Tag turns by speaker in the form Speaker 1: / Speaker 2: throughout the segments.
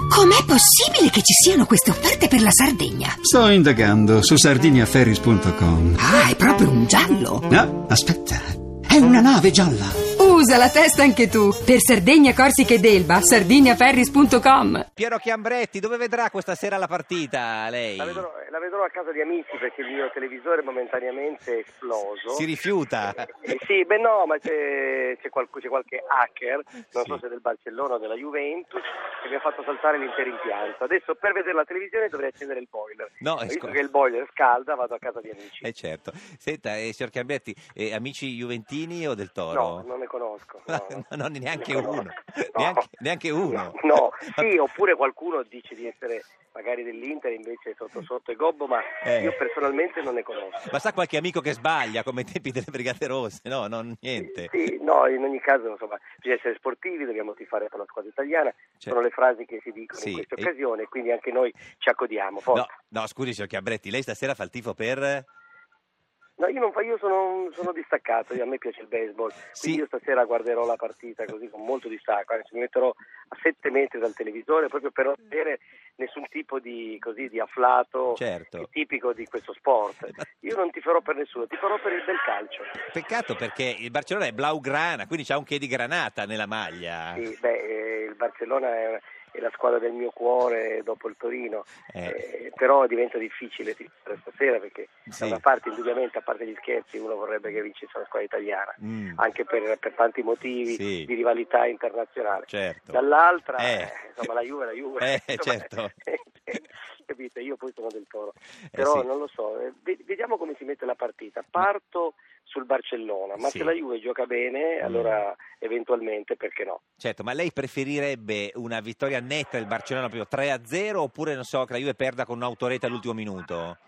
Speaker 1: Com'è possibile che ci siano queste offerte per la Sardegna?
Speaker 2: Sto indagando su sardiniaferris.com.
Speaker 1: Ah, è proprio un giallo.
Speaker 2: No, aspetta. eh. È una nave gialla.
Speaker 3: Usa la testa anche tu. Per Sardegna, Corsica ed Elba, sardiniaferris.com.
Speaker 4: Piero Chiambretti, dove vedrà questa sera la partita lei?
Speaker 5: La vedrò, eh, la vedrò a casa di amici perché il mio televisore momentaneamente è esploso.
Speaker 4: Si rifiuta.
Speaker 5: Eh, sì, beh no, ma c'è, c'è qualc- c'è qualche hacker, non
Speaker 4: Sì.
Speaker 5: so se del Barcellona o della Juventus, che mi ha fatto saltare l'intero impianto. Adesso per vedere la televisione dovrei accendere il boiler.
Speaker 4: No, è
Speaker 5: Visto
Speaker 4: sco-
Speaker 5: che il boiler scalda vado a casa di amici.
Speaker 4: Eh certo. Senta, eh, signor Chiambretti, eh, amici juventini o del Toro?
Speaker 5: No, non ne conosco.
Speaker 4: No,
Speaker 5: no,
Speaker 4: no, no, neanche
Speaker 5: Ne conosco.
Speaker 4: uno.
Speaker 5: No.
Speaker 4: Neanche, neanche uno.
Speaker 5: No, sì, oppure qualcuno dice di essere magari dell'Inter invece sotto sotto e gobbo, ma
Speaker 4: Eh.
Speaker 5: io personalmente non ne conosco.
Speaker 4: Ma sa qualche amico che sbaglia come ai tempi delle Brigate Rosse? No, non niente.
Speaker 5: Sì, no, in ogni caso insomma, bisogna essere sportivi, dobbiamo tifare per la squadra italiana,
Speaker 4: Cioè-
Speaker 5: sono le frasi che si dicono
Speaker 4: Sì,
Speaker 5: in questa
Speaker 4: e-
Speaker 5: occasione, quindi anche noi ci accodiamo.
Speaker 4: No,
Speaker 5: forza.
Speaker 4: no, scusi, signor Chiambretti, lei stasera fa il tifo per...
Speaker 5: No, io, non fa- io sono, sono distaccato, io- a me piace il baseball,
Speaker 4: Sì.
Speaker 5: quindi io stasera guarderò la partita così con molto distacco, anzi mi metterò a 7 metri dal televisore proprio per non avere nessun tipo di, così, di afflato
Speaker 4: Certo. Eh,
Speaker 5: che è tipico di questo sport. Io non ti farò per nessuno, ti farò per il bel calcio.
Speaker 4: Peccato perché il Barcellona è blaugrana, quindi c'ha un che di granata nella maglia.
Speaker 5: Sì, beh, eh, il Barcellona è, è la squadra del mio cuore dopo il Torino,
Speaker 4: Eh,
Speaker 5: eh, però diventa difficile tifare stasera perché
Speaker 4: Sì.
Speaker 5: da una parte indubbiamente, a parte gli scherzi, uno vorrebbe che vincesse la squadra italiana.
Speaker 4: mm,
Speaker 5: anche per, per tanti motivi
Speaker 4: Sì.
Speaker 5: di rivalità internazionale.
Speaker 4: certo.
Speaker 5: Dall'altra,
Speaker 4: Eh.
Speaker 5: eh, insomma, la Juve, è la Juve.
Speaker 4: Eh,
Speaker 5: Insomma,
Speaker 4: certo.
Speaker 5: capite, io poi sono del Toro.
Speaker 4: Eh,
Speaker 5: Però
Speaker 4: sì.
Speaker 5: non lo so, eh, ve- vediamo come si mette la partita. Parto sul Barcellona, ma
Speaker 4: Sì.
Speaker 5: se la Juve gioca bene,
Speaker 4: Mm.
Speaker 5: allora eventualmente perché no?
Speaker 4: Certo, ma lei preferirebbe una vittoria netta del Barcellona proprio 3-0 oppure non so che la Juve perda con un'autorete all'ultimo minuto?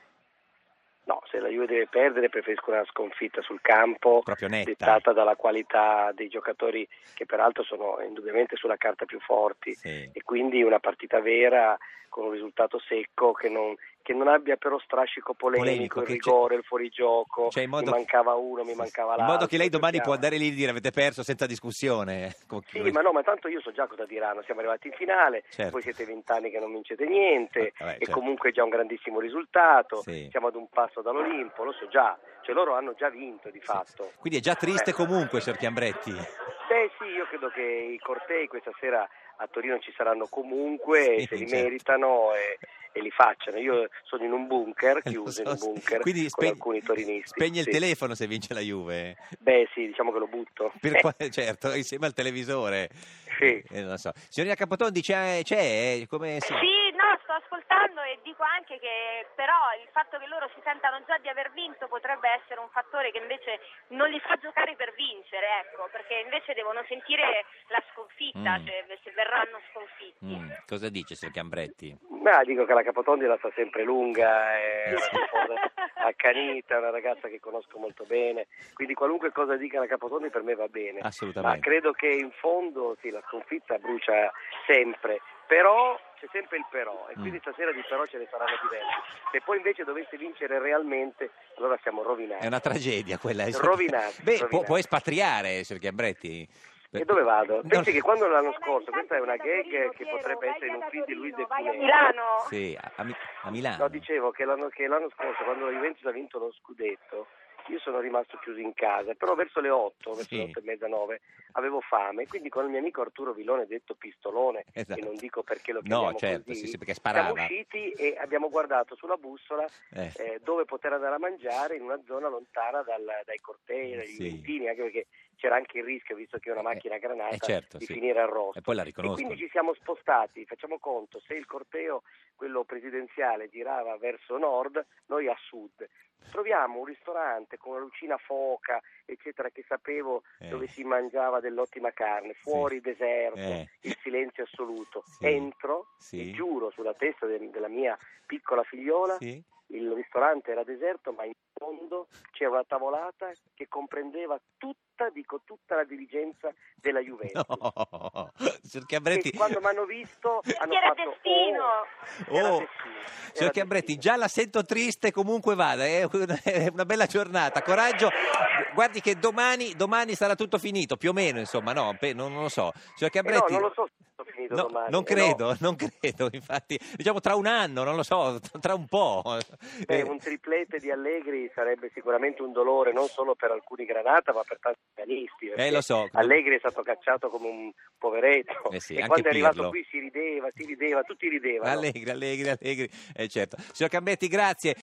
Speaker 5: No, se la Juve deve perdere preferisco una sconfitta sul campo
Speaker 4: Proprio netta.
Speaker 5: dettata dalla qualità dei giocatori che peraltro sono indubbiamente sulla carta più forti
Speaker 4: Sì.
Speaker 5: e quindi una partita vera con un risultato secco che non, che non abbia però strascico polemico,
Speaker 4: Polemico,
Speaker 5: il
Speaker 4: che c'è-
Speaker 5: rigore, il fuorigioco,
Speaker 4: Cioè, in modo-
Speaker 5: mi mancava uno, mi mancava l'altro.
Speaker 4: In modo che lei domani può
Speaker 5: cerchiamo-
Speaker 4: andare lì e dire avete perso senza discussione. Con chi
Speaker 5: Sì,
Speaker 4: vuoi-
Speaker 5: ma no, ma tanto io so già cosa diranno, siamo arrivati in finale,
Speaker 4: Certo.
Speaker 5: voi siete vent'anni che non vincete niente,
Speaker 4: Ah, vabbè,
Speaker 5: e
Speaker 4: certo.
Speaker 5: comunque è già un grandissimo risultato,
Speaker 4: Sì.
Speaker 5: siamo ad un passo dall'Olimpo, lo so già, cioè loro hanno già vinto di fatto.
Speaker 4: Quindi è già triste
Speaker 5: Eh.
Speaker 4: comunque, signor Chiambretti.
Speaker 5: Beh sì, io credo che i cortei questa sera a Torino ci saranno comunque,
Speaker 4: Sì,
Speaker 5: se li
Speaker 4: certo.
Speaker 5: meritano e, e li facciano. Io sono in un bunker,
Speaker 4: Lo
Speaker 5: chiuso
Speaker 4: so,
Speaker 5: in un
Speaker 4: sì.
Speaker 5: bunker
Speaker 4: Quindi
Speaker 5: con
Speaker 4: speg-
Speaker 5: alcuni torinisti.
Speaker 4: Spegne il
Speaker 5: Sì.
Speaker 4: telefono se vince la Juve.
Speaker 5: Beh sì, diciamo che lo butto.
Speaker 4: Per qua- certo, insieme al televisore.
Speaker 5: Sì.
Speaker 4: Eh, non lo so. Signorina Capotondi c'è? c'è? Come si-
Speaker 6: Sì, no, sto ascoltando e dico anche che però il fatto che loro si sentano già di aver vinto potrebbe essere un fattore che invece non li fa giocare per vincere, ecco, perché invece devono sentire la sconfitta,
Speaker 4: Mm.
Speaker 6: cioè, se verranno sconfitti.
Speaker 4: Mm, cosa dice signor Chiambretti?
Speaker 5: Ma dico che la Capotondi la sta sempre lunga, è una tifosa accanita, è una ragazza che conosco molto bene, quindi qualunque cosa dica la Capotondi per me va bene.
Speaker 4: Ah,
Speaker 5: Ma
Speaker 4: Assolutamente.
Speaker 5: credo che in fondo sì, la sconfitta brucia sempre, però c'è sempre il però e quindi
Speaker 4: Mm.
Speaker 5: stasera di però ce ne saranno diversi. Se poi invece dovesse vincere realmente, allora siamo rovinati.
Speaker 4: È una tragedia quella. eh, signor-
Speaker 5: Rovinati,
Speaker 4: Beh, Può,
Speaker 5: rovinati.
Speaker 4: può espatriare, signor Chiambretti.
Speaker 5: E dove vado?
Speaker 4: Non-
Speaker 5: Pensi che quando l'anno
Speaker 6: Eh, ma
Speaker 5: scorso,
Speaker 6: intanto
Speaker 5: questa è una
Speaker 6: vai da Torino,
Speaker 5: gag che
Speaker 6: Piero,
Speaker 5: potrebbe
Speaker 6: vai
Speaker 5: essere in un
Speaker 6: da
Speaker 5: film di Luis De
Speaker 6: Torino, vai a
Speaker 5: Funès.
Speaker 6: Milano.
Speaker 4: Sì, a, a Mi- a Milano.
Speaker 5: No, dicevo che l'anno, che l'anno scorso, quando la Juventus ha vinto lo scudetto, io sono rimasto chiuso in casa, però verso le 8, verso
Speaker 4: Sì.
Speaker 5: le 8 e mezza, 9, avevo fame, quindi con il mio amico Arturo Vilone, detto Pistolone,
Speaker 4: Esatto.
Speaker 5: e non dico perché lo chiamiamo
Speaker 4: No, certo,
Speaker 5: così,
Speaker 4: sì, sì, perché sparava.
Speaker 5: siamo usciti e abbiamo guardato sulla bussola
Speaker 4: Eh,
Speaker 5: eh, dove poter andare a mangiare in una zona lontana dal- dai cortei, dai
Speaker 4: Sì.
Speaker 5: Juventini, anche perché c'era anche il rischio, visto che è una macchina a granata,
Speaker 4: eh, certo,
Speaker 5: di
Speaker 4: sì.
Speaker 5: finire al rosso.
Speaker 4: E poi la
Speaker 5: E
Speaker 4: riconosco.
Speaker 5: quindi ci siamo spostati, facciamo conto, se il corteo, quello presidenziale, girava verso nord, noi a sud. Troviamo un ristorante con una lucina foca, eccetera, che sapevo
Speaker 4: Eh.
Speaker 5: dove si mangiava dell'ottima carne, fuori deserto,
Speaker 4: Eh.
Speaker 5: il silenzio assoluto.
Speaker 4: Sì.
Speaker 5: Entro,
Speaker 4: Sì.
Speaker 5: e giuro sulla testa de- della mia piccola figliola,
Speaker 4: Sì.
Speaker 5: il ristorante era deserto, ma in fondo c'era una tavolata che comprendeva tutta, dico tutta la dirigenza della Juventus.
Speaker 4: No, signor
Speaker 5: E
Speaker 4: Chiambretti.
Speaker 5: quando mi hanno visto hanno
Speaker 6: Era
Speaker 5: fatto
Speaker 6: destino.
Speaker 5: "Oh". Era
Speaker 4: Oh,
Speaker 5: destino,
Speaker 4: signor
Speaker 5: era
Speaker 4: Chiambretti,
Speaker 5: destino. Eh,
Speaker 4: già la sento triste, comunque vada, è una, è una bella giornata, coraggio. Guardi che domani, domani sarà tutto finito, più o meno, insomma, no, pe- non, non lo so. Signor
Speaker 5: Eh no,
Speaker 4: Chiambretti,
Speaker 5: non lo so se è stato finito
Speaker 4: No,
Speaker 5: domani.
Speaker 4: non
Speaker 5: Eh,
Speaker 4: credo,
Speaker 5: no.
Speaker 4: non credo, infatti, diciamo tra un anno, non lo so, tra un po'.
Speaker 5: Beh,
Speaker 4: Eh,
Speaker 5: un triplete di Allegri sarebbe sicuramente un dolore non solo per alcuni Granata ma per tanti pianisti. perché
Speaker 4: Eh, lo so.
Speaker 5: Allegri è stato cacciato come un poveretto
Speaker 4: Eh sì,
Speaker 5: e
Speaker 4: anche
Speaker 5: quando è arrivato
Speaker 4: Pirlo.
Speaker 5: qui si rideva, si rideva, tutti ridevano.
Speaker 4: Allegri, Allegri, Allegri, eh, certo. Signor Cambetti, grazie.